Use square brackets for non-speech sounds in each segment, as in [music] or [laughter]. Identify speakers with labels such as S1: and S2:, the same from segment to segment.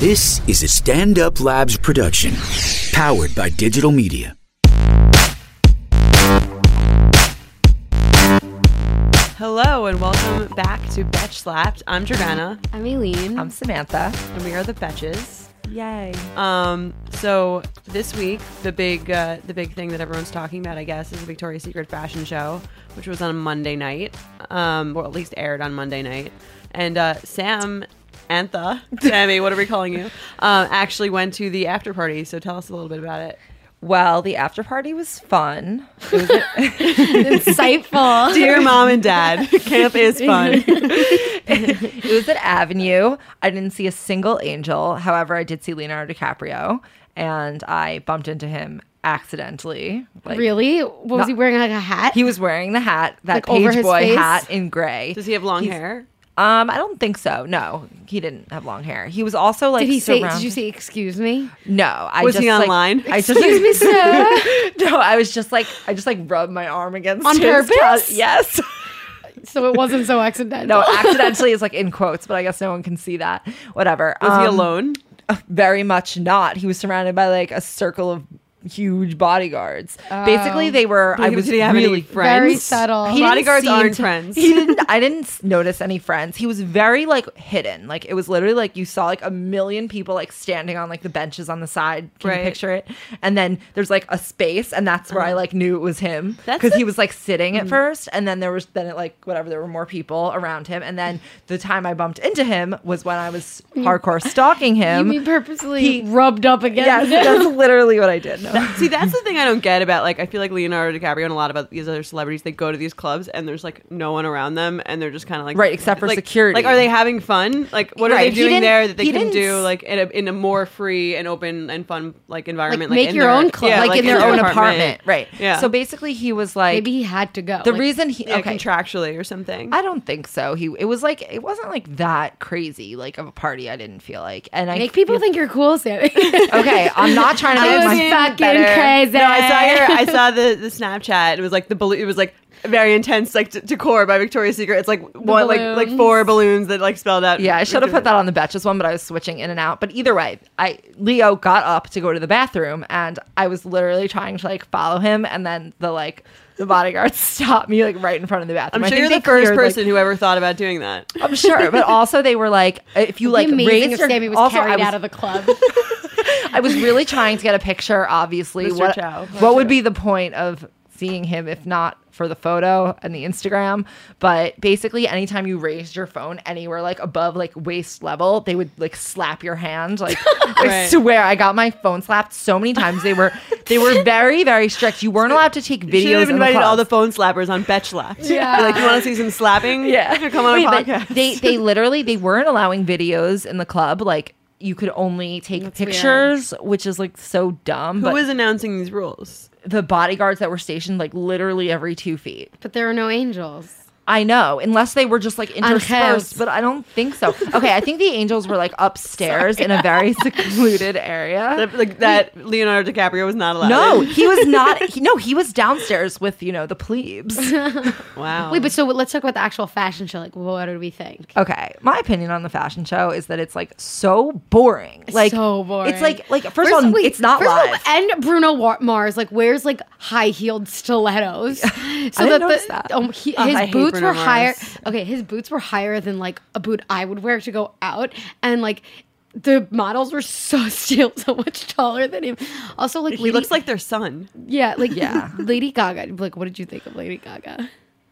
S1: This is a Stand Up Labs production, powered by digital media.
S2: Hello and welcome back to Betch Slapped. I'm Jordana
S3: I'm Aileen.
S4: I'm Samantha.
S2: and we are the Betches.
S4: Yay.
S2: Um, so this week the big uh, the big thing that everyone's talking about, I guess, is the Victoria's Secret fashion show, which was on Monday night, um, or at least aired on Monday night. And uh, Sam
S4: [laughs]
S2: Antha, Sammy, what are we calling you? Uh, actually went to the after party. So tell us a little bit about it.
S4: Well, the after party was fun.
S3: [laughs]
S4: [laughs]
S3: Insightful.
S2: Dear mom and dad, camp is fun.
S4: It was at Avenue. I didn't see a single angel. However, I did see Leonardo DiCaprio and I bumped into him accidentally. Like,
S3: really? What was he wearing? Like a hat?
S4: He was wearing the hat,
S3: Like,
S4: that
S3: over
S4: page
S3: his
S4: boy
S3: face?
S4: hat in gray.
S2: Does he have long hair?
S4: Um, I don't think so. No, he didn't have long hair. He was also like
S3: did he say?
S4: surround-
S3: Did you say? Excuse me.
S4: [laughs] No, I
S2: Was
S4: just,
S2: he
S4: like-
S2: online?
S4: I just
S3: Excuse me, sir.
S4: [laughs] No, I was just like I just like rubbed my arm against
S3: On
S4: his
S3: purpose?
S4: couch. Yes. [laughs]
S3: So it wasn't so accidental.
S4: No, accidentally is like in quotes, but I guess no one can see that. Whatever.
S2: Was he
S4: Um,
S2: alone?
S4: Very much not. He was surrounded by like a circle of huge bodyguards. Basically, they were. I
S2: Like,
S4: was
S2: did Oh. he have
S4: really
S2: any friends?
S3: very subtle.
S4: he didn't
S2: Bodyguards
S4: seem
S2: aren't
S4: to-
S2: friends.
S4: [laughs] He didn't. I didn't s- notice any friends. He was very like hidden. Like it was literally like you saw like a million people like standing on like the benches on the side. Can
S2: Right.
S4: you picture it? And then there's like a space, and that's where I like knew it was him
S2: That's
S4: because
S2: a-
S4: he was like sitting at first, and then there was then it like whatever there were more people around him, and then the time I bumped into him was when I was hardcore
S3: [laughs]
S4: stalking
S3: You
S4: him.
S3: mean purposely
S4: He-
S3: rubbed up
S4: [laughs] yes,
S3: against him? [laughs]
S4: that's literally what I did. No.
S2: [laughs] See, that's the thing I don't get about like I feel like Leonardo DiCaprio and a lot about these other celebrities. They go to these clubs and there's like no one around them, and they're just kind of like
S4: Right, except for
S2: like-
S4: security.
S2: Like, are they having fun? Like, what are
S4: Right.
S2: they
S4: He
S2: doing
S4: didn't-
S2: there that they
S4: he
S2: can
S4: didn't
S2: do
S4: s-
S2: like in a, in a more free and open and fun like environment? Like,
S3: make
S2: in
S3: your
S2: their-
S3: own club.
S2: yeah,
S4: like, in their, own apartment. right?
S2: Yeah.
S4: So basically, he was like
S3: Maybe he had to go.
S4: The
S3: Like,
S4: reason he
S2: Yeah,
S4: okay.
S2: contractually or something.
S4: I don't think so. He it was like it wasn't like that crazy like of a party. I didn't feel like and I
S3: make people think you're cool, Sammy.
S4: feel- [laughs] okay.
S3: [laughs]
S4: I'm not trying to
S3: I
S4: make
S3: was
S4: my
S3: fucking
S4: better.
S3: crazy.
S2: no, I saw your, I saw the the Snapchat. It was like the balloon. It was like very intense, like d- decor by Victoria's Secret. It's like one, like like
S3: balloons.
S2: four balloons that like spelled out.
S4: Yeah, I should have put that on the betches one, but I was switching in and out. But either way, I Leo got up to go to the bathroom, and I was literally trying to like follow him, and then the like the bodyguards [laughs] stopped me like right in front of the bathroom.
S2: I'm
S4: I
S2: sure
S4: think
S2: you're the
S4: they
S2: first
S4: cleared, like-
S2: person who ever thought about doing that.
S4: I'm sure, but also they were like, if you like
S3: It'd be
S4: raise
S3: amazing if
S4: your
S3: Sammy was
S4: also, I
S3: carried
S4: was-
S3: out of the
S4: [laughs]
S3: club.
S4: I was really trying to get a picture, obviously.
S2: Mr.
S4: What,
S2: Chow.
S4: what would be the point of seeing him if not for the photo and the Instagram? But basically, anytime you raised your phone anywhere like above like waist level, they would like slap your
S2: [laughs]
S4: hand. Like I
S2: Right.
S4: swear I got my phone slapped so many times. They were
S2: [laughs]
S4: they were very, very strict. You weren't allowed to take videos.
S2: Should have
S4: in
S2: invited all the
S4: clubs.
S2: phone slappers on Betch Left.
S3: Yeah.
S2: Be like, you want to see some slapping?
S4: Yeah.
S2: Come on
S4: Wait,
S2: a
S4: but
S2: podcast.
S4: They
S2: [laughs]
S4: they literally they weren't allowing videos in the club. Like you could only take
S3: weird.
S4: pictures, which is like so dumb.
S2: Who
S4: but
S2: is announcing these rules?
S4: the bodyguards that were stationed like literally every two feet.
S3: but there are no angels.
S4: I know, unless they were just like
S3: house.
S4: interspersed, but I don't think so. Okay, I think the angels were like upstairs in a very [laughs] secluded area.
S2: That, like that Leonardo DiCaprio was not allowed.
S4: No,
S2: in?
S4: he was not. He, no, he was downstairs with you know
S3: [laughs]
S4: the plebes. Um,
S2: Wow.
S3: Wait, but so let's talk about the actual fashion show. Like, what did we think?
S4: Okay, my opinion on the fashion show is that it's like so boring. Like
S3: so boring.
S4: It's like like first, of all,
S3: wait,
S4: it's not
S3: first of all,
S4: live.
S3: and Bruno Wa- Mars like wears like high heeled stilettos.
S4: [laughs]
S3: So
S4: didn't notice that. Oh,
S3: Um, he,
S2: Ugh,
S3: his
S2: I hate
S3: boots
S2: Bruno
S3: were higher.
S2: Mars.
S3: Okay, his boots were higher than like a boot I would wear to go out, and like the models were so [laughs] still so much taller than him. Also, like
S2: he
S3: Lady,
S2: looks like their son.
S3: yeah, like
S4: Yeah.
S3: Lady Gaga. Like, what did you think of Lady Gaga?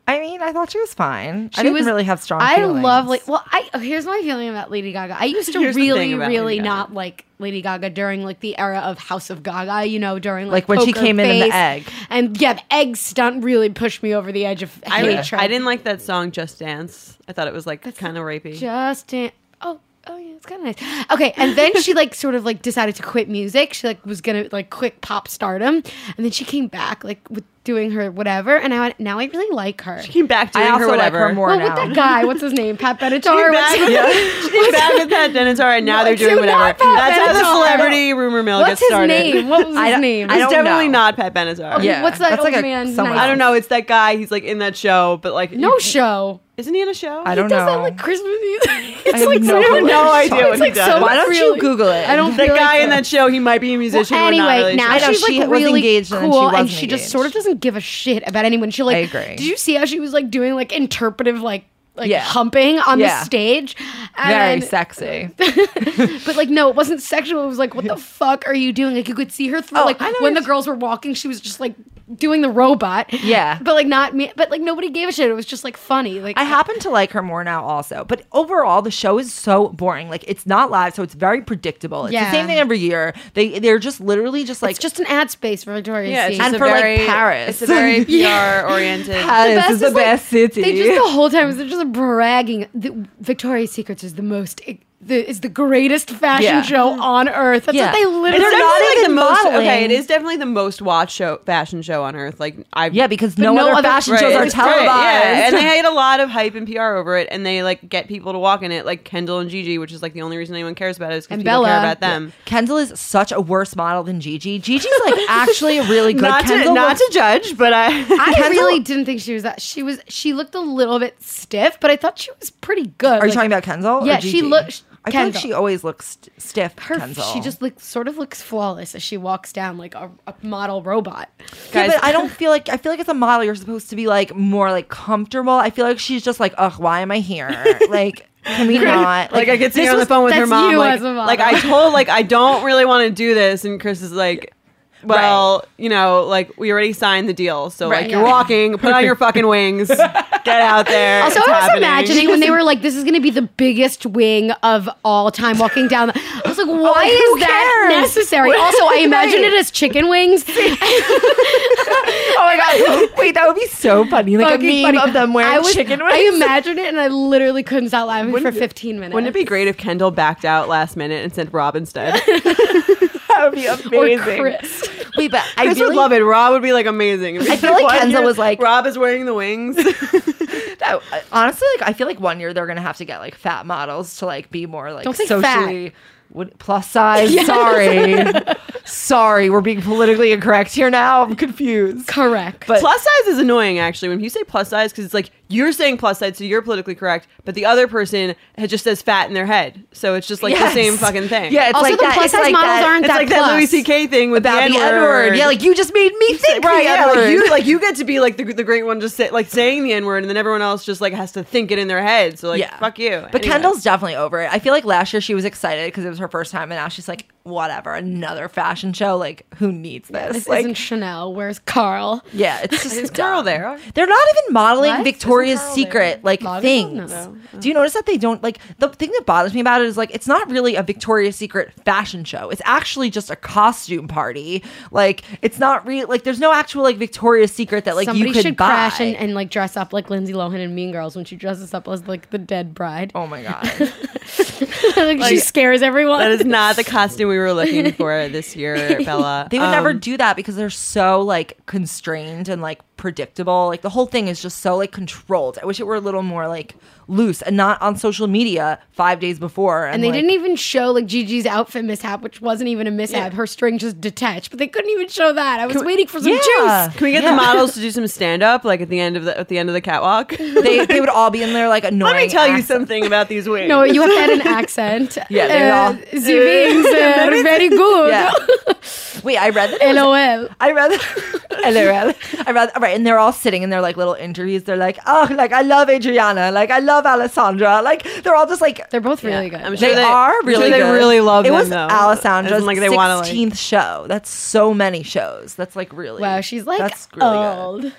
S4: I mean, I thought she was fine.
S3: She
S4: I didn't
S3: was-
S4: really have strong.
S3: I love like
S4: feelings.
S3: well, I oh, here's my feeling about Lady Gaga. I used to
S2: Here's the
S3: really,
S2: thing about Lady
S3: really
S2: Gaga.
S3: not like Lady Gaga during like the era of House of Gaga. You know, during like,
S4: Like, when she
S3: Poker
S4: came in in the
S3: Face.
S4: egg.
S3: and yeah, the egg stunt really pushed me over the edge of
S2: I,
S3: hatred.
S2: I didn't like that song Just Dance. I thought it was like kind of rapey.
S3: Justin. Oh, oh yeah, it's kind of nice. Okay, and then she like sort of like decided to quit music. She like was gonna like quit pop stardom, and then she came back like with doing her whatever, and I went, now I really like her.
S2: She came back doing
S4: I also
S2: her
S4: like
S2: whatever.
S4: her more
S3: Well,
S4: now.
S3: with that guy, what's his name? Pat Benatar.
S2: Came
S3: what's-
S2: back, yeah. [laughs] She came back with Pat Dennis. All right, now they're
S3: What's
S2: doing
S3: his-
S2: whatever.
S3: not Pat
S2: That's how the
S3: Benatar.
S2: celebrity rumor mill
S3: What's
S2: gets
S3: his
S2: started.
S3: name? What was
S4: I
S3: his
S4: don't-
S3: name?
S4: I
S2: It's
S4: don't-
S2: definitely
S4: know.
S2: not Pat Benatar.
S4: Oh, Yeah.
S3: What's that
S4: That's
S3: old
S4: like a-
S3: man?
S4: someone
S3: name?
S4: else.
S2: I don't know. It's that guy. He's like in that show, but like
S3: No
S2: you-
S3: show.
S2: Isn't he in a show?
S4: I don't
S3: Does that
S4: know.
S3: like Christmas music? [laughs] It's
S4: have
S3: like
S4: no
S3: so-
S4: clue. No
S2: idea what
S3: It's
S2: he
S3: like
S2: does.
S3: so
S4: Why don't you
S3: really-
S4: Google it?
S3: I don't.
S2: That
S3: feel
S2: guy
S3: like
S2: in that show. He might be a musician.
S3: Well,
S2: we're not
S3: anyway,
S2: really
S3: now
S2: sure.
S4: know,
S3: she's like
S4: she was
S3: really
S4: engaged and then she
S3: cool, and
S4: wasn't
S3: she just sort of
S4: engaged.
S3: doesn't give a shit about anyone. She like,
S4: I agree.
S3: did you see how she was like doing like interpretive like like
S4: Yeah.
S3: humping on
S4: Yeah.
S3: the stage? And
S4: Very
S3: then-
S4: sexy.
S3: but like no, it wasn't sexual. It was like, what
S4: [laughs]
S3: the fuck are you doing? Like you could see her through.
S4: Oh,
S3: like
S4: I know
S3: when
S4: what
S3: the girls were walking, she was just like doing the robot.
S4: Yeah.
S3: but like not me. But like nobody gave a shit. It was just like funny. Like
S4: [laughs] I happen to like her more now, also. But overall, the show is so boring. Like it's not live, so it's very predictable. It's
S3: Yeah.
S4: the same thing every year. They they're just literally just like
S3: it's just an ad space for Victoria's
S2: yeah, it's
S3: Secret.
S2: just
S4: And
S2: a
S4: for, like,
S2: very,
S4: Paris.
S2: It's a
S4: [laughs]
S2: very PR oriented.
S4: Paris is the
S3: like,
S4: best city.
S3: They just the whole time they're just bragging. The, Victoria's Secrets is the most the, is the greatest fashion
S4: Yeah.
S3: show on earth. That's
S4: Yeah.
S3: what they literally.
S2: It's
S4: They're
S2: definitely
S4: not
S2: like
S4: even
S2: the most.
S4: modeling.
S2: Okay, it is definitely the most watched show, fashion show on earth. Like I've
S4: yeah, because
S3: But
S4: no,
S3: no
S4: other,
S3: other-
S4: fashion
S3: Right,
S4: shows are
S2: it's great,
S4: televised.
S2: Yeah, and they had a lot of hype and PR over it, and they like get people to walk in it, like Kendall and Gigi, which is like the only reason anyone cares about it is because
S3: And
S2: people care
S3: Bella.
S2: about them.
S4: [laughs] Kendall is such a worse model than Gigi. Gigi's like actually really good.
S2: Not to
S4: Kendall
S2: not
S4: looks-
S2: to judge, but I.
S3: I
S4: Kendall-
S3: really didn't think she was that. She was. She looked a little bit stiff, but I thought she was pretty good.
S4: Are you talking about Kendall? or
S3: Yeah, she
S4: Gigi?
S3: looks-
S4: I feel like
S3: Kendall.
S4: she always looks st- stiff.
S3: her?
S4: Kendall.
S3: She just like sort of looks flawless as she walks down like a, a model robot.
S4: Yeah,
S2: [laughs] Guys-
S4: but I don't feel like I feel like as a model you're supposed to be like more like comfortable. I feel like she's just like, ugh, why am I here? Like, can we not?
S2: Like I
S4: [laughs]
S2: could see
S4: this
S2: her on the
S4: was-
S2: phone with her
S3: that's
S2: mom.
S3: you
S2: like,
S3: as a model.
S2: like I told, like I don't really want to do this, and Chris is like, "Well, you know, like we already signed the deal, so
S4: Right.
S2: like you're
S3: Yeah.
S2: walking, put on
S3: [laughs]
S2: your fucking wings, get out there."
S3: Also,
S2: it's
S3: I was
S2: happening.
S3: imagining when
S4: [laughs]
S3: they were like, "This is going to be the biggest wing of all time." Walking down, the- I was like, "Why
S4: Oh, who
S3: is that
S4: cares? [laughs]
S3: necessary?" Also, I imagine
S4: Right.
S3: it as chicken wings.
S4: [laughs] oh my god, [laughs] wait, that would be so funny. Like a
S3: fucking
S4: meme
S3: funny.
S4: of them wearing
S3: I was-
S4: chicken
S3: I
S4: wings.
S3: imagined it and I literally couldn't stop laughing
S2: Wouldn't
S3: for
S2: it-
S3: 15 minutes.
S2: Wouldn't it be great if Kendall backed out last minute and sent Rob instead?
S4: that would be [laughs]
S3: Or
S4: amazing.
S3: Chris.
S4: Wait, but I
S2: Chris
S4: really
S2: would love it. Rob would be like amazing. I
S4: feel like Kenzo was like-
S2: Rob is wearing the wings.
S4: that- honestly, like I feel like one year they're gonna have to get like fat models to like be more like
S3: Don't say fat.
S4: socially. What, plus size. Sorry, sorry, we're being politically incorrect here. Now I'm confused.
S3: Correct.
S4: [laughs] But-
S2: plus size is annoying actually when you say plus size because it's like you're saying plus size, so you're politically correct, but the other person ha- just says fat in their head, so it's just like
S4: Yes.
S2: the same fucking thing.
S4: Yeah, it's
S3: also,
S4: like
S3: the
S4: that.
S3: plus
S4: it's
S3: size
S4: like
S3: models
S4: that-
S3: aren't
S2: it's
S3: that
S2: like
S3: plus.
S2: that Louis C.K. thing with
S4: about
S2: the
S4: the
S2: N-word.
S4: N word. Yeah, like you just made me think
S2: right,
S4: the
S2: yeah,
S4: N
S2: like
S4: word.
S2: you like you get to be like the, the great one, just say, like saying the N word, and then everyone else just like has to think it in their head. So [laughs] like, fuck you.
S4: But
S2: Anyway.
S4: Kendall's definitely over it. I feel like last year she was excited because it was her first time, and now she's like, whatever, another fashion show. Like, who needs this?
S3: this
S4: like,
S3: isn't Chanel. Where's Carl?
S4: yeah, it's just
S2: Is Carl
S4: dumb.
S2: there?
S4: They're not even modeling
S3: What?
S4: Victoria's
S3: Isn't Carl
S4: Secret
S3: there?
S4: like
S3: Modeling?
S4: things.
S3: No.
S4: Do you notice that they don't like the thing that bothers me about it is like it's not really a Victoria's Secret fashion show. It's actually just a costume party. Like it's not real. Like there's no actual like Victoria's Secret that like
S3: Somebody
S4: you could
S3: should
S4: buy.
S3: crash and, and like dress up like Lindsay Lohan and Mean Girls when she dresses up as like the dead bride.
S4: oh my god.
S3: [laughs] like, she scares everyone.
S2: That is not the costume we were looking for this
S4: [laughs]
S2: year, Bella.
S4: They would
S2: Um,
S4: never do that because they're so like constrained and like predictable. Like the whole thing is just so like controlled. I wish it were a little more like loose and not on social media five days before.
S3: and they
S4: like,
S3: didn't even show like Gigi's outfit mishap, which wasn't even a mishap. Her string just detached, but they couldn't even show that. I was waiting for some
S4: Yeah.
S3: juice.
S2: Can we get
S4: Uh, Yeah.
S2: the models to do some stand up, like at the end of the at the end of the catwalk? [laughs]
S4: They, they would all be in there like annoying.
S2: Let me tell you
S4: accent.
S2: something about these wings.
S3: No, you have to add an accent.
S4: [laughs] Yeah, they're all-
S3: the wings
S4: [laughs]
S3: are very
S2: [laughs]
S3: good.
S4: Yeah. Wait, I read that. it
S3: [laughs]
S4: was-
S3: LOL.
S4: I read. LOL. I read. Right, and they're all sitting in their like little interviews. They're like, oh, like I love Adriana. Like I love Alessandra. Like they're all just like
S3: They're both really good.
S2: I'm sure
S4: They
S2: they
S4: are
S2: I'm sure
S4: really
S2: they
S4: good.
S2: really love
S4: it
S2: them,
S4: was
S2: though.
S4: Alessandra's
S2: As in, like they want to.
S4: 16th
S2: Like,
S4: show. That's so many shows. That's like really
S3: wow, she's like
S4: that's really
S3: old.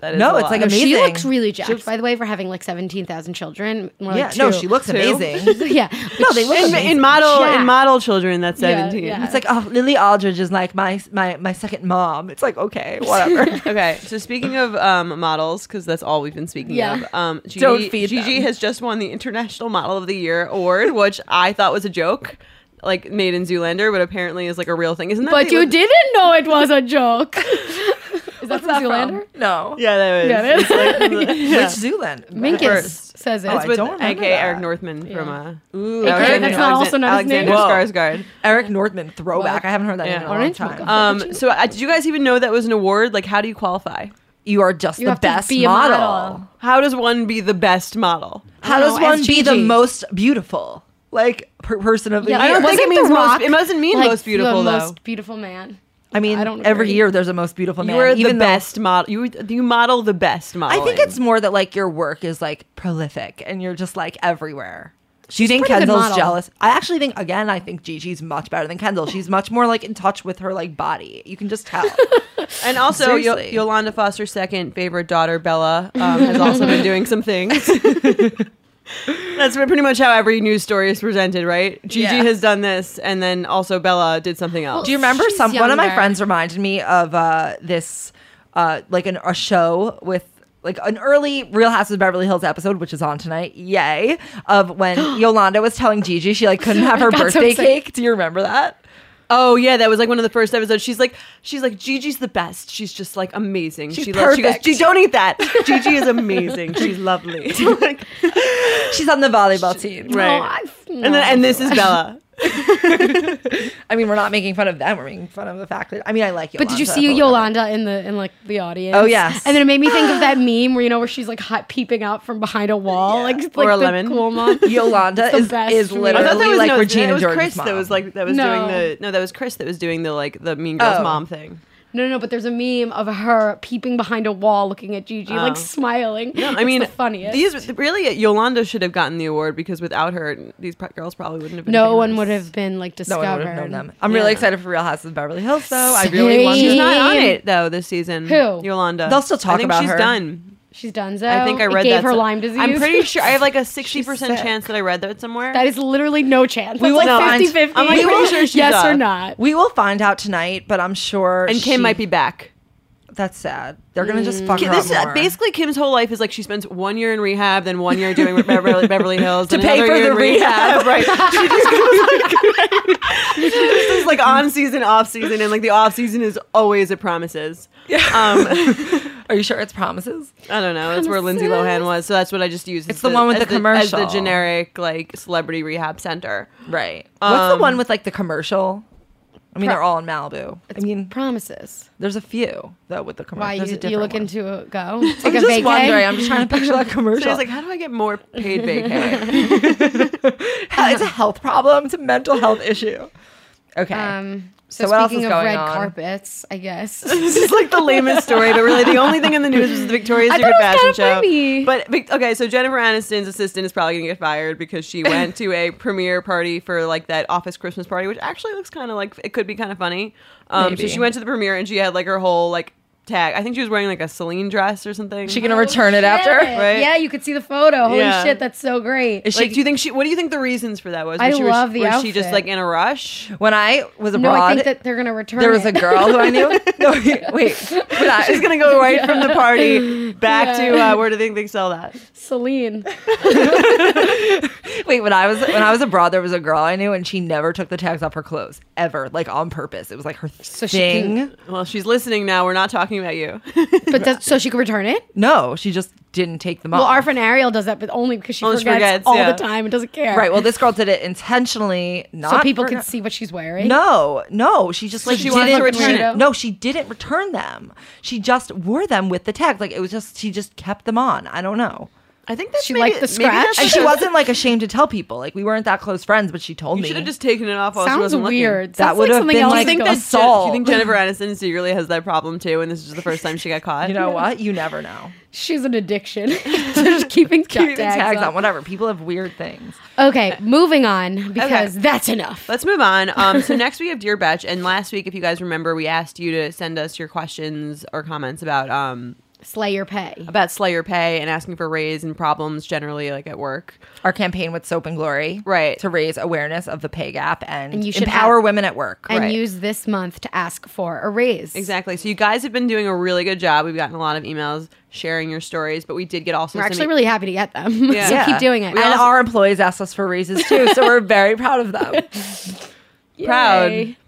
S2: that is
S4: No,
S2: a
S4: it's
S2: lot.
S4: like a-
S3: No, she
S4: Amazing.
S3: looks really jacked, by the way, for having like seventeen thousand children. More
S4: good. Yeah,
S3: like
S4: no,
S3: two.
S4: she looks
S2: Two.
S4: [laughs] amazing.
S3: [laughs] yeah,
S4: No, they look
S2: in,
S4: amazing.
S2: in model
S3: Yeah.
S2: in model children. That's seventeen.
S3: yeah.
S4: It's like oh, Lily Aldridge is like my my my second mom. It's like [laughs] okay, whatever.
S2: [laughs] Okay, so speaking of um, models, because that's all we've been speaking
S3: Yeah.
S2: of.
S3: [laughs]
S2: Um, Gigi,
S4: Don't feed
S2: Gigi
S4: them.
S2: has just won the International Model of the Year award, which I thought was a joke, like made in Zoolander, but apparently is like a real thing. Isn't that?
S3: But
S2: the-
S4: [laughs]
S3: you didn't know it was a joke. Is that from Zoolander?
S4: Um, No. [laughs]
S2: Yeah, that
S3: Get
S2: was.
S3: it?
S4: Which Zoolander?
S3: Minkus
S2: First.
S3: says it.
S4: Oh,
S2: That's
S4: I
S2: with
S4: don't remember
S2: AKA
S4: that.
S2: Eric Northman from uh,
S4: Ooh,
S2: Alexander-
S3: AKA that's not also known as
S2: Alexander
S4: name. Whoa.
S2: Skarsgård.
S4: Eric Northman throwback.
S3: Well,
S4: I haven't heard that
S2: yeah.
S4: name in a long
S3: Orange
S4: time.
S3: Mocha.
S2: Um, so uh, did you guys even know that was an award? Like, how do you qualify?
S4: you are just
S3: You
S4: the
S3: have to
S4: best
S3: be a
S4: model.
S3: model.
S2: How does one be the best model?
S4: How
S3: I
S4: does
S3: don't know,
S4: one
S3: ask
S4: be the
S3: Gigi.
S4: most beautiful? Like per- person of the
S3: Yeah,
S4: year.
S2: I don't
S3: Wasn't
S2: think it means
S3: The
S2: most.
S3: Rock,
S2: It doesn't mean
S3: like,
S2: most beautiful
S3: the
S2: though.
S3: most beautiful man.
S4: I mean,
S3: I don't
S4: every
S3: agree.
S4: year there's a most beautiful man.
S2: you are the
S4: even though-
S2: best model. You you model the best model.
S4: I think it's more that like your work is like prolific and you're just like everywhere. Do you think
S3: pretty good
S4: Kendall's
S3: model.
S4: jealous? I actually think again. I think Gigi's much better than Kendall. She's much more like in touch with her like body. You can just tell.
S2: and also Yo-
S4: Seriously.
S2: Yolanda Foster's second favorite daughter Bella um, has also been doing some
S4: [laughs]
S2: things. That's pretty much how every news story is presented, right? Gigi
S4: Yeah.
S2: has done this, and then also Bella did something else.
S4: [laughs] Do you remember
S3: She's
S4: some? One of my
S3: younger.
S4: friends reminded me of uh, this, uh, like an, a show with like an early Real Houses of Beverly Hills episode, which is on tonight. Yay!
S3: [gasps]
S4: Of when Yolanda was telling Gigi she
S3: [laughs]
S4: like couldn't have her
S3: got so
S4: birthday
S3: excited.
S4: cake. Do you remember that?
S2: Oh yeah, that was like one of the first episodes. She's like, she's like, Gigi's the best. She's just like amazing.
S4: She's
S2: she loves. She goes,
S4: perfect.
S2: "Gigi, don't eat [laughs] that. Gigi is amazing. She's lovely. [laughs] Like,
S4: She's on the volleyball team.
S2: right.
S3: No, I- no.
S2: and then, and this is Bella.
S4: I mean, we're not making fun of them. We're making fun of the fact that I mean, I like
S3: But
S4: Yolanda.
S3: did you see
S4: whatever.
S3: Yolanda in the in like the audience?
S4: Oh, yes.
S3: And then it made me think
S2: [gasps]
S3: of that meme where you know where she's like hot peeping out from behind a wall, like like
S2: Or a
S3: the
S2: lemon. [laughs]
S3: cool mom. It's
S4: [laughs] Yolanda
S3: the
S4: is,
S3: best
S4: is
S3: for
S2: [laughs]
S3: me.
S2: I thought
S4: literally
S2: that was
S4: like
S2: no,
S4: Regina
S2: that was
S4: George's
S2: Chris
S4: mom.
S2: that was like that was
S3: No.
S2: doing the no, that was Chris that was doing the like the Mean Girls
S4: Oh.
S2: mom [laughs] thing.
S3: No, no, no, but there's a meme of her peeping behind a wall, looking at Gigi,
S2: Oh.
S3: like smiling.
S2: No, I
S3: It's
S2: mean
S3: the funniest.
S2: These really Yolanda should have gotten the award because without her, these pro- girls probably wouldn't have. been
S3: no one
S2: famous.
S3: would have been like
S4: no
S3: discovered.
S4: one would have known them. I'm really
S2: Yeah.
S4: excited for Real Houses of Beverly Hills, though. I really want.
S3: Same.
S2: She's not on it though this season.
S3: Who?
S2: Yolanda?
S4: They'll still
S2: I
S4: talk
S2: think
S4: about
S2: she's
S4: her.
S2: done.
S3: She's done.
S2: I
S4: Oh,
S2: think I read
S3: it gave
S2: that.
S3: her
S2: some-
S3: Lyme disease.
S2: I'm pretty sure. I have
S4: [laughs]
S2: like a sixty percent
S4: sick.
S2: chance that I read that somewhere.
S3: [laughs] that is literally no chance.
S4: We
S3: We
S4: will
S3: That's
S4: find-
S3: like 50 50.
S2: I'm, like, pretty sure she's
S3: [laughs] yes or
S2: off.
S3: not.
S4: We will find out tonight, but I'm sure.
S2: and Kim
S4: she-
S2: might be back.
S4: That's sad. They're gonna just fuck
S2: Ki-
S4: her
S2: This uh,
S4: up more. [laughs]
S2: basically Kim's whole life is like she spends one year in rehab, then one year doing Beverly, Beverly Hills
S4: To
S2: then
S4: pay
S2: another
S4: for
S2: year
S4: the
S2: in [laughs] right? She just goes, like, [laughs] she just is like on season, off season, and like the off season is always at promises. Yeah. Um,
S4: [laughs] Are you sure it's promises?
S2: I don't know. That's where Lindsay Lohan was, so that's what I just used.
S4: It's the one with
S2: as
S4: the
S2: as the
S4: commercial.
S2: generic like celebrity rehab center.
S4: Right. What's the
S2: Um,
S4: one with like the commercial? I mean,
S3: Pro-
S4: they're all in Malibu. I mean,
S3: Promises.
S4: there's a few though with the commercial.
S3: Why
S4: There's a
S3: you,
S4: different
S3: you look
S4: one.
S3: into a go?
S4: [laughs]
S3: Take
S4: I'm
S3: a
S4: just
S3: vacay?
S4: wondering. I'm just trying to picture
S2: [laughs]
S4: that
S2: So I
S4: commercial.
S2: was like, how do I get more paid vacay?
S3: [laughs]
S4: [laughs] it's a health problem. It's a mental health issue. Okay.
S3: Um, so,
S4: So what else
S3: speaking
S4: is
S3: of
S4: going
S3: red
S4: on?
S3: carpets, I guess.
S2: this is like the lamest story, but really the only thing in the news was the Victoria's
S3: I
S2: Secret
S3: thought it was
S2: fashion
S3: kinda
S2: show.
S3: funny.
S2: But Vic- okay, so Jennifer Aniston's assistant is probably gonna get fired because she went to a premiere party for like that office Christmas party, which actually looks kind of like it could be kind of funny. Um, so
S4: Maybe.
S2: she went to the premiere and she had like her whole like tag. I think she was wearing like a Celine dress or something.
S4: she gonna [laughs] return it after?
S3: Shit.
S2: right?
S3: [laughs] Yeah, you could see the photo. Holy
S2: Yeah.
S3: shit, that's so great.
S4: Is
S2: like,
S4: she
S2: do you think she? What do you think the reasons for that was?
S3: I
S2: Was she, was-
S3: love the
S2: Was she just
S3: outfit.
S2: like in a rush?
S4: when I was
S3: no,
S4: abroad?
S3: I think that they're gonna return.
S4: there was
S3: it.
S4: a girl who I knew. No, wait. wait When I-
S2: She's gonna go right from the party
S3: [laughs]
S2: back to uh, where do they think they sell that?
S3: [laughs] Celine.
S4: Wait, when I was when I was abroad, there was a girl I knew, and she never took the tags off her clothes ever, like on purpose. It was like her
S3: she
S4: thing.
S3: didn't-
S2: Well, she's listening now. We're not talking about you. [laughs]
S3: But does, so she could return it.
S4: no, she just didn't take them
S3: Well,
S4: off.
S3: our friend Ariel does that, but only because she
S2: Almost
S3: forgets,
S2: forgets,
S3: all
S2: yeah.
S3: the time and doesn't care.
S4: right. Well, this girl did it intentionally, not
S3: so people
S4: for-
S3: can see what she's wearing.
S4: No, no, she just like
S2: she wanted
S4: didn't
S2: to return
S3: it.
S4: No, she didn't return them. She just wore them with the tag. Like it was just she just kept them on. I don't know.
S2: I think that's
S3: She
S2: maybe-
S3: liked the
S2: maybe that's
S3: scratch?
S4: And
S2: what
S4: she
S2: the-
S4: wasn't like ashamed to tell people. Like we weren't that close friends, but she told
S2: You
S4: me.
S2: should have just taken it off. While she
S3: Sounds
S2: wasn't looking.
S3: weird.
S4: That
S3: Sounds
S4: would
S3: like
S4: have
S3: something
S4: been
S3: else
S4: like
S3: that
S4: the
S3: goes-
S2: Jen-
S4: assault.
S2: You think Jennifer Aniston secretly has that problem too, and this is just the first time she got caught?
S4: [laughs] you know what? You never
S2: [laughs]
S4: know.
S3: [laughs] She's an
S4: [laughs]
S3: addiction. so just keeping,
S4: Keeping
S3: cat tags, on.
S4: whatever. People have weird things. [laughs]
S3: Okay, moving on because that's enough.
S2: Let's move on. Um, so next we have Dear Betch, and last week, if you guys remember, we asked you to send us your questions or comments about um,
S3: Slay your pay.
S2: about Slayer pay and asking for raise and problems generally, like at work.
S4: Our campaign with Soap and Glory,
S2: Right.
S4: to raise awareness of the pay gap and,
S3: And you should
S4: empower
S3: have-
S4: women at work.
S3: And
S4: Right.
S3: use this month to ask for a raise.
S2: Exactly. So you guys have been doing a really good job. We've gotten a lot of emails sharing your stories, but we did get also
S3: We're
S2: some e-
S3: actually really happy to get them. [laughs]
S2: Yeah.
S3: so
S2: Yeah.
S3: keep doing it.
S4: And
S2: also-
S4: our employees asked us for raises too, so we're very [laughs] proud
S2: [laughs]
S4: of them.
S2: proud.
S3: Yay.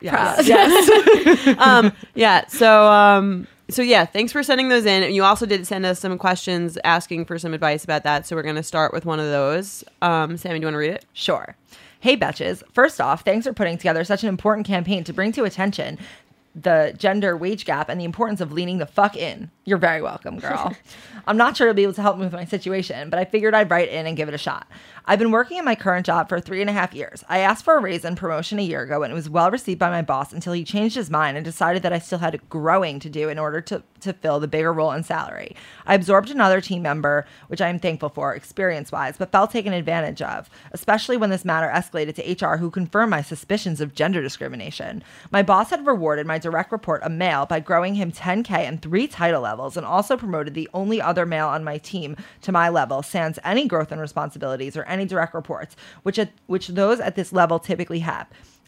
S2: Yes. um, yeah. So um, so yeah, thanks for sending those in. And you also did send us some questions asking for some advice about that. So we're going to start with one of those. Um, Sammy, do you want to [laughs] read it?
S4: Sure. Hey, Betches. First off, thanks for putting together such an important campaign to bring to attention the gender wage gap and the importance of leaning the fuck in. You're very welcome, girl. I'm not sure it'll be able to help me with my situation, but I figured I'd write in and give it a shot. I've been working in my current job for three and a half years. I asked for a raise and promotion a year ago, and it was well received by my boss until he changed his mind and decided that I still had growing to do in order to, to fill the bigger role and salary. I absorbed another team member, which I am thankful for experience wise, but felt taken advantage of, especially when this matter escalated to HR, who confirmed my suspicions of gender discrimination. My boss had rewarded my direct report, a male, by growing him 10K and three title levels, and also promoted the only other male on my team to my level, sans any growth in responsibilities or any direct reports, which, at, which those at this level typically have.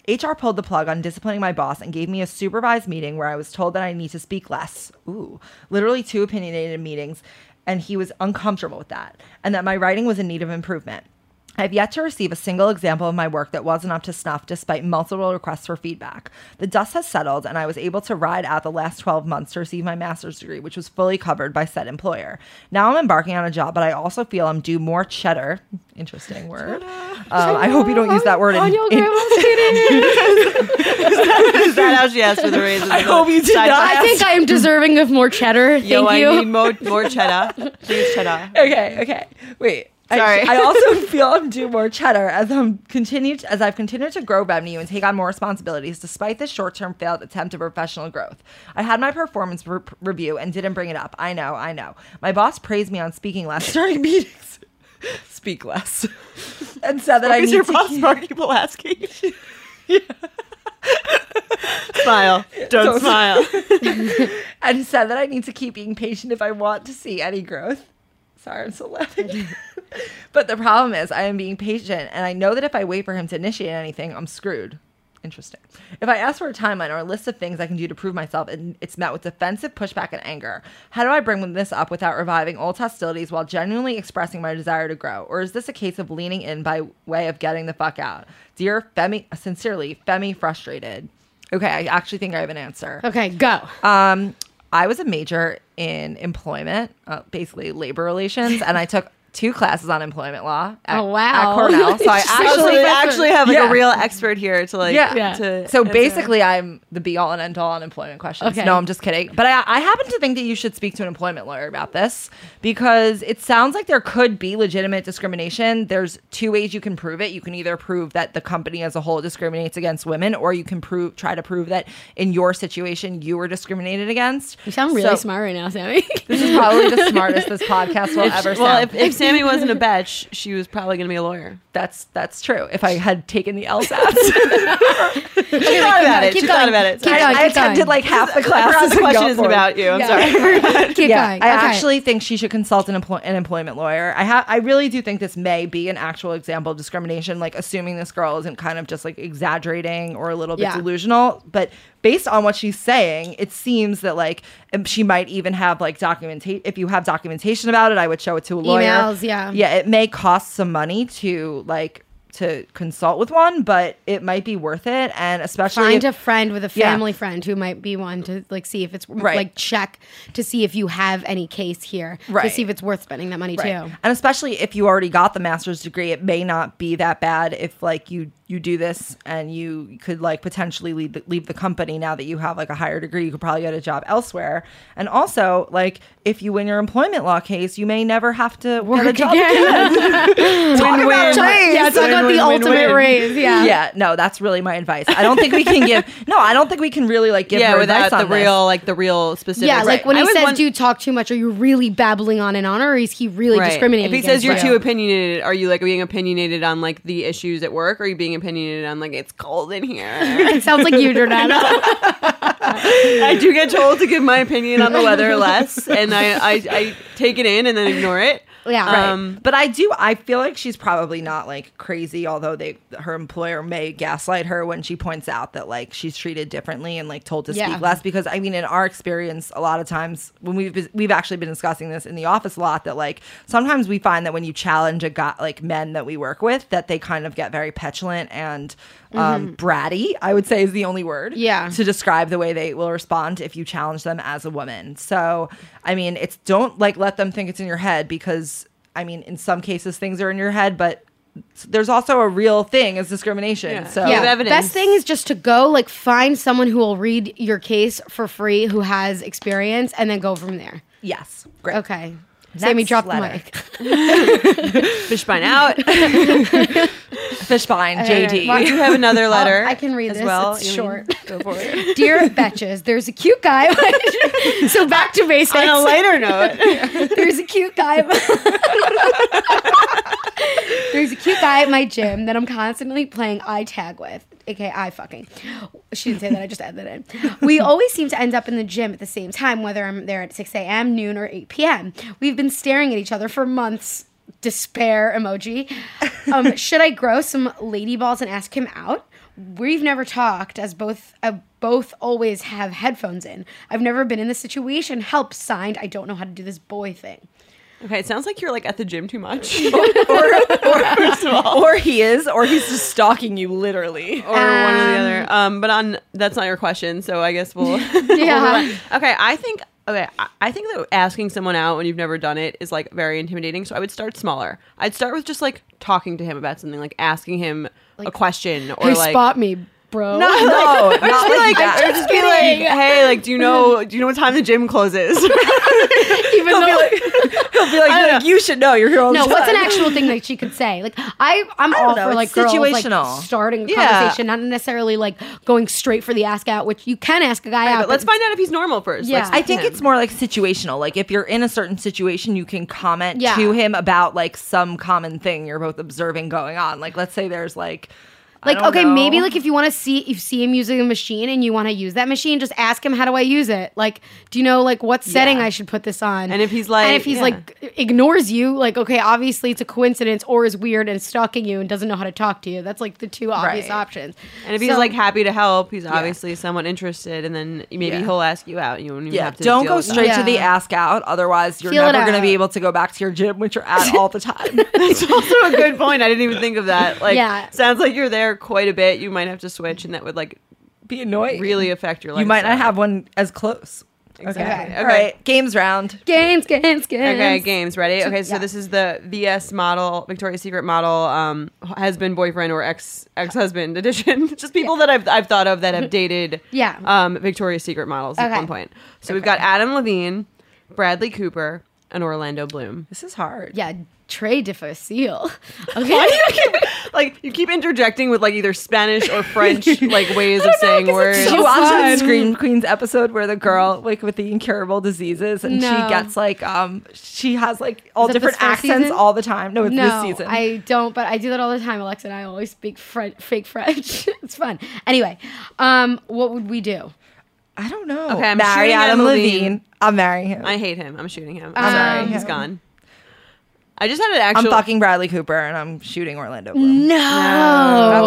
S4: HR pulled the plug on disciplining my boss and gave me a supervised meeting where I was told that I need to speak less. Ooh, literally two opinionated meetings, and he was uncomfortable with that, and that my writing was in need of improvement. I have yet to receive a single example of my work that wasn't up to snuff despite multiple requests for feedback. The dust has settled, and I was able to ride out the last 12 months to receive my master's degree, which was fully covered by said employer. Now I'm embarking on a job, but I also feel I'm due more cheddar. Interesting word. Um, I hope you don't use that word in,
S3: on your
S4: in-
S3: grandma's
S4: [laughs]
S3: kitty.
S2: Is that how she asked for the raises? I
S4: hope you did not.
S3: I think I am deserving of more cheddar. Thank
S2: Yo,
S3: you.
S2: I need more, more cheddar. Please cheddar.
S4: [laughs] okay, okay. Wait. I-
S2: Sorry.
S4: I, also feel I'm due more cheddar as I'm continued as I've continued to grow revenue and take on more responsibilities despite this short-term failed attempt at professional growth. I had my performance re- review and didn't bring it up. I know, I know. My boss praised me on speaking
S2: [laughs]
S4: less during meetings. Speak less. [laughs] And said that
S2: [laughs]
S4: I
S2: Is
S4: need
S2: your
S4: to
S2: boss
S4: keep-
S2: Marky
S4: [laughs]
S2: Pulaski? smile. Don't [laughs]
S4: Don't-
S2: smile.
S4: and said that I need to keep being patient if I want to see any growth. Sorry, I'm still laughing. but the problem is, I am being patient, and I know that if I wait for him to initiate anything, I'm screwed. Interesting. If I ask for a timeline or a list of things I can do to prove myself, and it's met with defensive pushback and anger, how do I bring this up without reviving old hostilities while genuinely expressing my desire to grow? Or is this a case of leaning in by way of getting the fuck out? Dear Femi, sincerely, Femi frustrated. Okay, I actually think I have an answer.
S3: Okay, go.
S4: Um, I was a major in employment, uh, basically labor relations, and I took two classes on employment law. At,
S3: Oh, wow.
S4: At Cornell, so I
S3: She's [laughs] so
S2: Actually,
S4: actually.
S2: we actually have like
S4: Yeah.
S2: a real expert here to like.
S4: Yeah.
S3: Yeah.
S2: To,
S4: So basically, I'm the be all and end all on employment questions.
S3: Okay.
S4: No, I'm just kidding. But I, I happen to think that you should speak to an employment lawyer about this because it sounds like there could be legitimate discrimination. There's two ways you can prove it. You can either prove that the company as a whole discriminates against women, or you can prove try to prove that in your situation you were discriminated against.
S3: You sound really
S4: So-
S3: smart right now,
S4: [laughs]
S3: Sammy.
S4: This is probably the smartest this podcast will ever
S2: well,
S4: sound.
S2: if, if Sammy
S4: [laughs]
S2: wasn't a bitch, she was probably going to be a lawyer.
S4: that's that's true. If I had taken the LSATs, [laughs]
S2: She thought about it.
S3: keep
S2: She thought
S3: going,
S2: about it.
S3: keep
S2: I-
S3: going.
S4: I, I attended like half the
S2: I forgot
S4: classes.
S2: the
S4: and
S2: question
S4: got
S2: isn't
S4: bored.
S2: about you. I'm
S3: Yeah.
S2: sorry.
S3: Keep
S4: Yeah,
S3: going.
S4: I
S3: Okay.
S4: actually think she should consult an, employ- an employment lawyer. I ha- I really do think this may be an actual example of discrimination. Like assuming this girl isn't kind of just like exaggerating or a little bit
S3: Yeah.
S4: delusional, but based on what she's saying, it seems that like um, she might even have like documentation. If you have documentation about it, I would show it to a lawyer.
S3: Emails, yeah.
S4: yeah. It may cost some money to like to consult with one, but it might be worth it. And especially
S3: find
S4: if-
S3: a friend with a
S4: Yeah.
S3: family friend who might be one to like see if it's
S4: Right.
S3: like check to see if you have any case here to
S4: Right.
S3: see if it's worth spending that money
S4: Right.
S3: too.
S4: And especially if you already got the master's degree, it may not be that bad if like you you do this and you could like potentially leave the, leave the company now that you have like a higher degree, you could probably get a job elsewhere. And also, like if you win your employment law case, you may never have to work a
S3: Work [laughs]
S4: job
S3: again.
S4: again. Talk about
S2: Win-win.
S4: raise.
S3: Yeah, talk about the ultimate raise. Yeah.
S4: Yeah, no, that's really my advice. I don't think we can give. [laughs] No, I don't think we can really like give
S2: Yeah,
S4: her
S2: without
S4: advice
S2: the
S4: on this.
S2: real, like the real specific.
S3: Yeah, like when
S2: I
S3: he
S2: was
S3: says,
S2: one-
S3: "Do you talk too much? Are you really babbling on and on, or is he really
S2: Right.
S3: discriminating?"
S2: If he says you're
S3: against
S2: too
S3: you?
S2: opinionated, are you like being opinionated on like the issues at work? Or are you being opinionated on like it's cold in here?
S3: [laughs] it sounds like you,
S2: [laughs]
S3: Jordana.
S2: I
S3: [laughs]
S2: do get told to give my opinion on the weather less, and I, I I take it in and then ignore it.
S3: Yeah.
S4: Right.
S2: Um,
S4: but I do. I feel like she's probably not like crazy, although they her employer may gaslight her when she points out that like she's treated differently and like told to
S3: Yeah.
S4: speak less. Because I mean, in our experience, a lot of times when we've we've actually been discussing this in the office a lot, that like sometimes we find that when you challenge a guy like men that we work with, that they kind of get very petulant and um, bratty. I would say is the only word
S3: Mm-hmm. Yeah.
S4: to describe the way they will respond if you challenge them as a woman. So, I mean, it's don't like let them think it's in your head because I mean, in some cases things are in your head, but there's also a real thing as discrimination.
S2: Yeah.
S4: So,
S2: You have
S3: yeah.
S2: evidence.
S3: Best thing is just to go like find someone who will read your case for free who has experience and then go from there.
S4: yes. Great.
S3: Okay. Sammy
S4: Next
S3: drop the
S4: letter.
S3: mic.
S2: Fishbine
S3: [laughs]
S2: out.
S4: Fishbine, JD.
S3: Why-
S2: We do have another letter.
S3: I can read
S2: as
S3: this.
S2: well.
S3: It's
S2: You
S3: short.
S2: mean- [laughs] Go for it.
S3: [laughs] Dear Betches, there's a cute guy. [laughs] so back to basics.
S2: On a
S3: [laughs]
S2: lighter note,
S3: There's a
S2: [laughs]
S3: cute guy. There's a cute guy at my gym that I'm constantly playing eye tag with, aka eye fucking. She didn't say that. I just added that in. We [laughs] always seem to end up in the gym at the same time, whether I'm there at 6 a.m., noon, or 8 p.m. We've been staring at each other for months. Despair emoji. [laughs] Um, should I grow some lady balls and ask him out? We've never talked, as both uh, both always have headphones in. I've never been in this situation. Help signed. I don't know how to do this boy thing.
S2: okay. It sounds like you're like at the gym too much,
S4: or he is, or he's just stalking you literally.
S2: or one or the other. Um, but on that's not your question, so I guess we'll. [laughs]
S4: [laughs]
S3: Yeah.
S2: okay, I think okay, I- I think that asking someone out when you've never done it is like very intimidating. So I would start smaller. I'd start with just like talking to him about something, like asking him a question or
S3: hey,
S2: like
S3: spot me, bro.
S4: [laughs] No, not [laughs] like that.
S2: or just be like, hey, like, do you know do you know what time the gym closes? [laughs]
S3: [laughs]
S4: [laughs]
S3: even though
S4: He'll be like,
S2: I don't
S4: "Look, you should know. You're here all
S3: no,
S4: the
S3: what's an
S4: time."
S3: actual thing that she could say? Like I, I'm all
S4: know,
S3: for
S4: it's
S3: like girls like,
S4: situational.
S3: starting a
S4: Yeah.
S3: conversation, not necessarily like going straight for the ask out, which you can ask a guy out.
S2: but let's find out if he's normal first.
S3: Yeah.
S2: Like,
S4: I
S2: speak to
S4: think
S2: him.
S4: it's more like situational. Like if you're in a certain situation, you can comment
S3: Yeah.
S4: to him about like some common thing you're both observing going on. Like let's say there's like I
S3: like
S4: don't
S3: okay,
S4: know.
S3: maybe like if you want to see if you see him using a machine and you want to use that machine, just ask him how do I use it. Like, do you know like what setting
S4: Yeah.
S3: I should put this on?
S2: And if he's like-
S3: and if he's
S2: yeah.
S3: like ignores you, like okay, obviously it's a coincidence or is weird and stalking you and doesn't know how to talk to you. That's like the two obvious
S4: Right.
S3: options.
S2: and if he's
S3: So-
S2: like happy to help, he's obviously somewhat interested, and then maybe
S4: Yeah.
S2: he'll ask you out. and You won't even
S4: yeah,
S2: have to
S4: don't
S2: deal
S4: go
S2: with that.
S4: straight to the
S3: Yeah.
S4: ask out. Otherwise, you're
S3: Feel it
S4: never going to be
S3: out.
S4: able to go back to your gym, which you're
S3: [laughs]
S4: at all the time. [laughs]
S2: It's also a good point. I didn't even think of that. Like,
S3: Yeah.
S2: sounds like you're there quite a bit. You might have to switch, and that would like
S4: be annoying.
S2: really affect your life.
S4: you might not have one as close.
S2: Exactly.
S4: All right, games round.
S3: games, games, games.
S2: Okay, games ready. Okay, so
S3: yeah.
S2: this is the VS model, Victoria's Secret model, um, husband, boyfriend, or ex ex husband edition. [laughs] Just people that I've I've thought of that have dated.
S3: Yeah.
S2: Um, Victoria's Secret models at
S3: Okay.
S2: one point. So we've got Adam Levine, Bradley Cooper, and Orlando Bloom.
S4: This is hard.
S3: Yeah, Trey
S4: [laughs]
S3: difficile. Okay.
S2: Like you keep interjecting with like either Spanish or French
S3: [laughs]
S2: like ways of saying words.
S4: Did you watch the Scream Queens episode where the girl like with the incurable diseases and
S3: No.
S4: she gets like um she has like all
S3: Is that
S4: different
S3: this first
S4: accents
S3: season?
S4: all the time. No, it's
S3: no,
S4: this season.
S3: I don't, but I do that all the time, Alexa, and I always speak French, fake French. [laughs] it's fun. Anyway, um, what would we do?
S4: I don't know.
S2: Okay, I'm
S4: marry
S2: shooting
S4: Adam
S2: Adam
S4: Levine.
S2: Levine.
S4: I'll marry him.
S2: I hate him. I'm shooting him.
S3: Um,
S2: I'm sorry. He's gone. I just had an
S4: I'm
S2: actual.
S4: fucking Bradley Cooper and I'm shooting Orlando Bloom.
S3: No.
S4: That's a-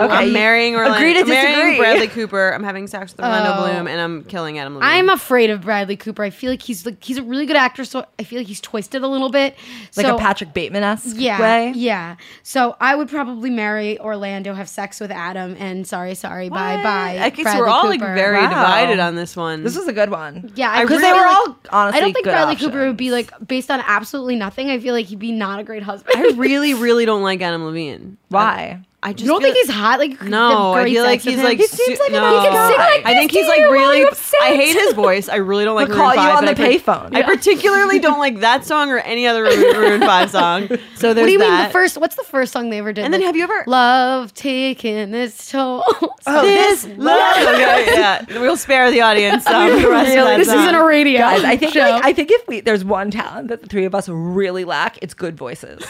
S4: okay,
S2: I'm
S4: you-
S2: marrying Orlando.
S4: agree to
S2: I'm marrying
S4: disagree.
S2: Bradley Cooper. I'm having sex with Orlando
S3: Oh.
S2: Bloom, and I'm killing Adam Levine.
S3: I'm afraid of Bradley Cooper. I feel like he's like he's a really good actor, so I feel like he's twisted a little bit.
S4: Like
S3: so,
S4: a Patrick Bateman esque
S3: yeah,
S4: way.
S3: yeah. So I would probably marry Orlando, have sex with Adam, and sorry, sorry, bye,
S4: What?
S3: bye.
S2: I guess
S3: Bradley
S2: we're all like
S3: Cooper.
S2: very
S4: Wow.
S2: divided on this one.
S4: This was a good one.
S3: Yeah, I
S4: because
S3: really
S4: they were
S3: like-
S4: all
S3: I
S4: honestly.
S3: don't think
S4: good
S3: Bradley Cooper would
S4: options.
S3: be like based on absolutely nothing. I feel like he'd be not a great husband.
S2: I
S3: [laughs]
S2: really, really don't like Adam [laughs] Levine.
S4: Why?
S2: I just
S3: you don't
S2: feel-
S3: think he's hot? Like you could
S2: No,
S3: have
S2: I
S3: great
S2: feel like
S3: sex with
S2: he's
S3: him.
S2: like
S3: he
S2: su-
S3: seems like
S2: no.
S3: he can sing like
S2: I think he's
S3: this to
S2: like
S3: you while
S2: really.
S3: you're upset.
S2: I hate his voice. I really don't like.
S4: He'll
S2: Maroon
S4: call you
S2: 5,
S4: on
S2: but
S4: the
S2: I par-
S4: payphone.
S2: I particularly don't like that song or any other Maroon Five
S3: [laughs]
S2: song. So there's
S3: What do you
S2: that.
S3: mean the first? What's the first song they ever did?
S2: And then
S3: Like,
S2: have you ever-
S3: love taking its toll? [laughs]
S4: Oh,
S2: this love? okay, yeah. We'll spare the audience um, the rest of that
S3: this
S2: song.
S3: isn't a radio.
S4: Guys, I think
S3: show. [laughs]
S4: like, I think if we there's one talent that the three of us really lack, it's good voices.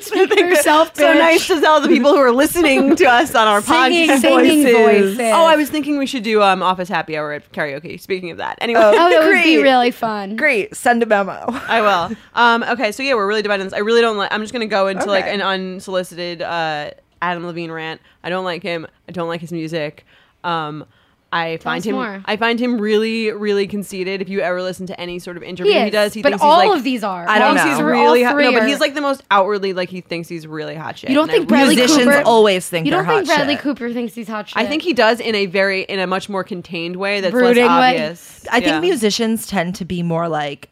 S3: Speak for yourself, bitch.
S2: so nice to tell the people who are listening to us on our
S3: Singing-
S2: podcast
S3: singing voices.
S2: Oh, I was thinking we should do um, office happy hour at karaoke. Speaking of that, anyway,
S3: Oh, that would be
S4: Great.
S3: really fun.
S4: Great. Send a memo.
S2: I will. Um, okay, so yeah, we're really dividing this. I really don't like. I'm just gonna go into like
S4: Okay.
S2: an unsolicited uh, Adam Levine rant. I don't like him. I don't like his music. Um, I find
S3: us
S2: him.
S3: more.
S2: I find him really, really conceited. If you ever listen to any sort of interview
S3: He
S2: he,
S3: is,
S2: does, he
S3: but
S2: thinks
S3: all
S2: he's like,
S3: of these are.
S2: I don't
S4: All
S2: know.
S4: these
S2: He's
S4: are-
S2: really
S3: all
S2: hot.
S3: three
S2: No, but
S3: are-
S2: he's like the most outwardly like he thinks he's really hot shit.
S3: You don't
S2: and I
S3: think
S2: really-
S3: Bradley Cooper-
S5: Musicians always think
S3: You
S5: they're
S3: don't think
S5: hot
S3: Bradley
S5: shit.
S3: Cooper thinks he's hot shit?
S2: I think he does in a very in a much more contained way that's
S3: Brooding
S2: less
S3: way.
S2: obvious.
S4: I think
S2: Yeah.
S4: musicians tend to be more like,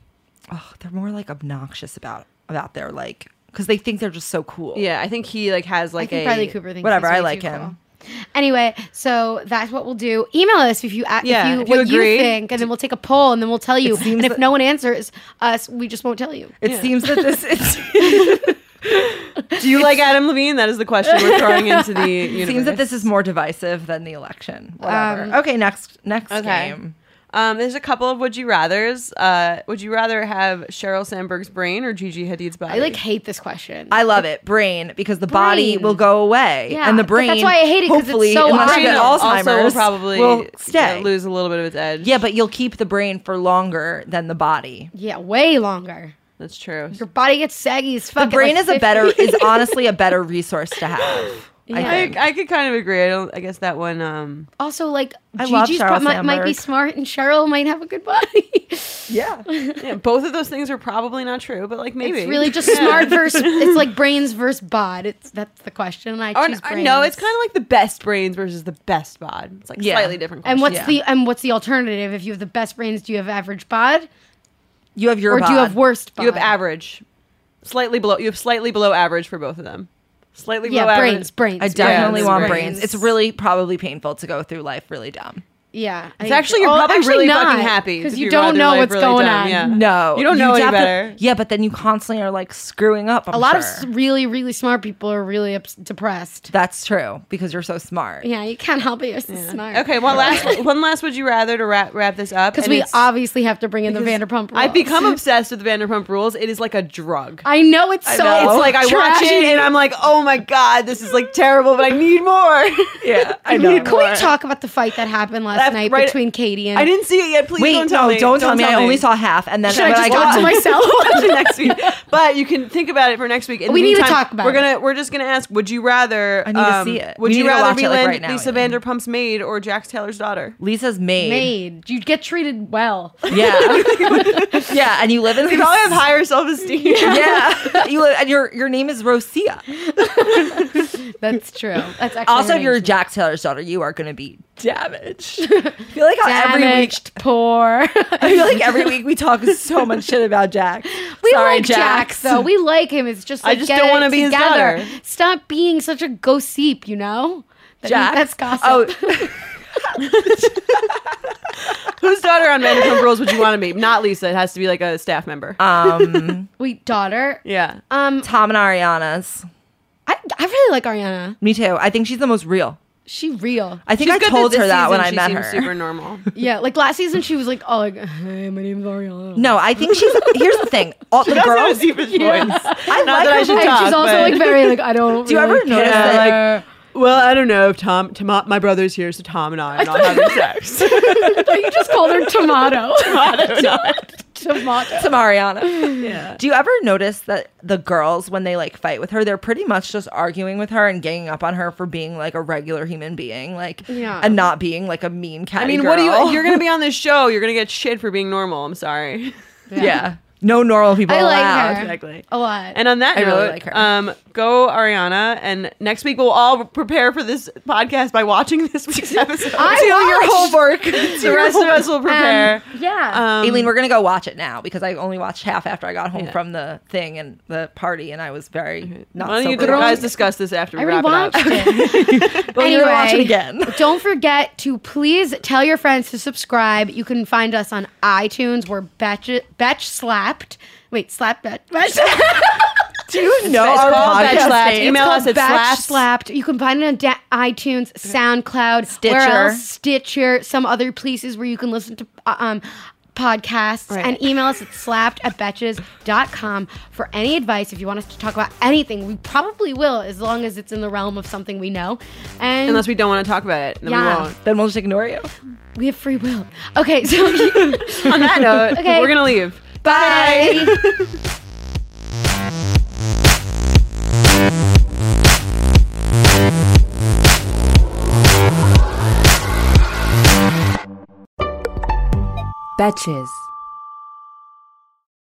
S4: oh, they're more like obnoxious about about their like because they think they're just so cool.
S2: Yeah, I think he like has like
S3: I think
S2: a
S3: Bradley Cooper thinks
S4: whatever,
S3: he's
S4: I
S3: way
S4: like
S3: too
S4: him.
S3: cool. Anyway, so that's what we'll do. Email us if you a-
S2: Yeah,
S3: if you,
S2: if you
S3: what you
S2: agree.
S3: think, and then we'll take a poll, and then we'll tell you.
S4: seems
S3: And if
S4: that-
S3: no one answers us, we just won't tell you.
S4: It seems that
S3: [laughs]
S4: this is
S2: Do you like Adam Levine? That is the question we're throwing into the
S4: it
S2: universe.
S4: seems that this is more divisive than the election. Whatever.
S3: Um,
S4: okay, next next
S2: okay.
S4: game.
S2: Um, there's a couple of would you rather's. Uh, would you rather have Cheryl Sandberg's brain or Gigi Hadid's body?
S3: I like hate this question.
S4: I love it. Brain because the body
S3: Brain.
S4: will go away
S3: Yeah,
S4: and the
S3: but that's
S4: brain.
S3: why I hate it, 'cause it's
S4: Hopefully,
S3: so
S4: unless you
S2: Brain
S4: get
S2: also will
S4: Alzheimer's,
S2: probably
S4: will stay.
S2: uh, lose a little bit of its edge.
S4: Yeah, but you'll keep the brain for longer than the body.
S3: yeah, way longer.
S2: that's true.
S3: Your body gets saggy as fuck.
S4: The
S3: at,
S4: brain
S3: like,
S4: is a better
S3: 50.
S4: is honestly
S3: [laughs]
S4: a better resource to have. I
S3: Yeah.
S2: I,
S4: think.
S2: I could kind of agree. I don't. I guess that one. Um,
S3: [laughs] also like
S4: I love
S3: Gigi's
S4: Sheryl
S3: pro- might, might be
S4: Sandberg.
S3: smart, and Cheryl might have a good body. [laughs]
S4: Yeah.
S2: yeah, both of those things are probably not true, but like maybe
S3: It's really just smart versus. It's like brains versus bod. It's that's the question. and I
S2: Or,
S3: choose
S2: or
S3: brains.
S2: no, Oh, it's kind of like the best brains versus the best bod. It's like
S4: Yeah.
S2: slightly different.
S3: And what's
S4: Yeah.
S3: the and what's the alternative? If you have the best brains, do you have average bod,
S4: You have your
S3: or do you
S4: bod.
S3: have worst bod?
S2: You have average, slightly below. You have slightly below average for both of them. Slightly
S3: Yeah,
S2: below
S3: brains,
S2: average.
S3: brains.
S4: I definitely
S2: Yeah,
S4: want
S2: it's
S4: brains.
S2: brains.
S4: It's really probably painful to go through life really dumb.
S3: Yeah, Oh,
S2: It's actually you're probably really fucking happy
S3: because
S2: if
S3: you
S2: you're
S3: don't
S2: rather,
S3: know
S2: like,
S3: what's
S2: really
S3: going
S2: dumb,
S3: on.
S2: yeah.
S4: No,
S2: You don't know any
S4: defi-
S2: better.
S4: Yeah, but then you constantly are like screwing up.
S3: A lot of s- really really smart people are really ups- depressed.
S4: that's true because you're so smart.
S3: Yeah, you can't help it. You're so smart.
S2: Okay, one last [laughs] one last would you rather to wrap wrap this up?
S3: because
S2: and
S3: we
S2: it's-
S3: obviously have to bring in the Vanderpump. Rules.
S2: I've become obsessed with Vanderpump Rules. It is like a drug.
S3: I know it's so.
S4: know.
S2: It's like I watch
S3: trashy.
S2: it and I'm like, oh my god, this is like terrible, but I need more.
S3: [laughs]
S4: Yeah, I
S3: Can
S4: know.
S3: we talk about the fight that happened last
S2: That-
S3: night
S2: right-
S3: between Katie and
S2: I didn't see it yet. Please
S4: Wait,
S2: don't tell
S4: no,
S2: me.
S4: don't tell me. I only saw half, and then
S3: Should I
S4: but
S3: just talk to
S4: got-
S3: myself?
S2: [laughs] Watch it next week. But you can think about it for next week. In
S3: We
S2: the
S3: need to
S2: meantime,
S3: talk about
S2: we're
S3: it.
S2: gonna we're just gonna ask. Would you rather? um,
S4: I need to see it.
S2: Would
S4: We
S2: you
S4: need to
S2: rather
S4: watch
S2: be
S4: it, like,
S2: Lin-
S4: right now,
S2: Lisa
S4: Ian.
S2: Vanderpump's maid or Jax Taylor's daughter?
S4: Lisa's maid.
S3: Made. You get treated well. [laughs]
S4: Yeah, [laughs] yeah, and you live in.
S2: You probably have higher self esteem.
S3: [laughs]
S4: yeah, you live, and your your name is Rosia.
S3: That's true. That's actually
S4: [laughs] Also,
S3: her
S4: if you're
S3: name's
S4: Jack Taylor's daughter, you are going to be damaged.
S3: [laughs]
S4: I feel like how every week
S3: damaged poor. [laughs]
S4: I feel like every week we talk so much shit about Jack.
S3: we
S4: Sorry,
S3: like Jax
S4: Jax.
S3: though. We like him. It's just
S2: I
S3: like,
S2: just
S3: get
S2: don't
S3: it
S2: wanna be his
S3: together.
S2: daughter.
S3: Stop being such a gossip. You know. That-
S4: Jack.
S3: That's gossip.
S4: Oh,
S2: Whose daughter on Vanderpump Rules would you want to be? Not Lisa. It has to be like a staff member.
S4: um,
S3: Wait, daughter.
S2: yeah.
S3: Um,
S4: Tom and Ariana's.
S3: I, I really like Ariana.
S4: Me too. I think she's the most real.
S3: She real.
S4: I think
S2: She's
S4: I
S2: good
S4: told
S2: this
S4: her that when
S2: season
S4: I
S2: she
S4: met
S2: seems
S4: her.
S2: Super normal.
S3: Yeah, like last season she was like, oh, like, [laughs] hey, my name's Ariana.
S4: no, I think she's. Here's the thing. All the girls.
S2: deep voice.
S4: I
S2: Not
S4: like
S2: that I
S4: her
S2: should
S3: And
S4: voice.
S2: talk.
S3: she's also
S2: but-
S3: like very like I don't.
S4: [laughs] Do you
S3: really
S4: ever notice
S3: care.
S4: that, like,
S2: well, I don't know if Tom, Tom, my brother's here, so Tom and I are not having sex.
S3: you just called
S4: [laughs]
S3: her tomato. [laughs] tomato.
S4: Some Ariana. Yeah. Do you ever notice that the girls, when they like fight with her, they're pretty much just arguing with her and ganging up on her for being like a regular human being, like,
S3: Yeah.
S4: and not being like a mean cat.
S2: I mean, what do you? You're
S4: [laughs]
S2: gonna be on this show. You're gonna get shit for being normal. I'm sorry.
S4: yeah. No normal people
S3: I like
S4: allowed.
S3: her. Oh,
S2: Exactly.
S3: A lot.
S2: And on that
S4: I
S2: note,
S4: really like her.
S2: um, go Ariana. And next week we'll all prepare for this podcast by watching this week's episode.
S3: [laughs]
S2: [laughs]
S3: I
S2: Do your
S3: watched. [laughs]
S2: homework. the rest of us will prepare.
S3: Um, yeah.
S2: Um,
S4: Aileen, we're gonna go watch it now because I only watched half after I got home from the thing and the party, and I was very not.
S2: Mm-hmm. why don't you
S4: sober.
S2: guys discuss this after
S3: I
S2: we
S3: already
S2: wrap
S3: watched
S2: it up?
S3: it. [laughs]
S4: Well, you're gonna watch it again.
S3: don't forget to please tell your friends to subscribe. You can find us on iTunes. We're Betch, betch Slapped. Wait, Slap Betch. betch
S4: Do you know
S2: It's
S4: our
S2: called Batch
S4: podcast
S2: Slapped.
S4: name?
S2: Email
S3: It's
S2: us
S3: called
S2: at
S3: Batch
S2: slaps-
S3: slapped. You can find it on da- iTunes, SoundCloud, where
S4: Stitcher.
S3: else? Stitcher, some other places where you can listen to uh, um podcasts
S2: Right.
S3: and email us at slapped at betches.com for any advice if you want us to talk about anything we probably will as long as it's in the realm of something we know and
S2: Unless we don't want to talk about it, then
S3: Yeah.
S2: we
S3: [laughs]
S2: won't.
S4: [laughs] Then we'll just ignore you.
S3: we have free will okay so [laughs]
S2: On that note,
S3: Okay.
S2: we're gonna leave.
S4: Bye.
S5: Betches.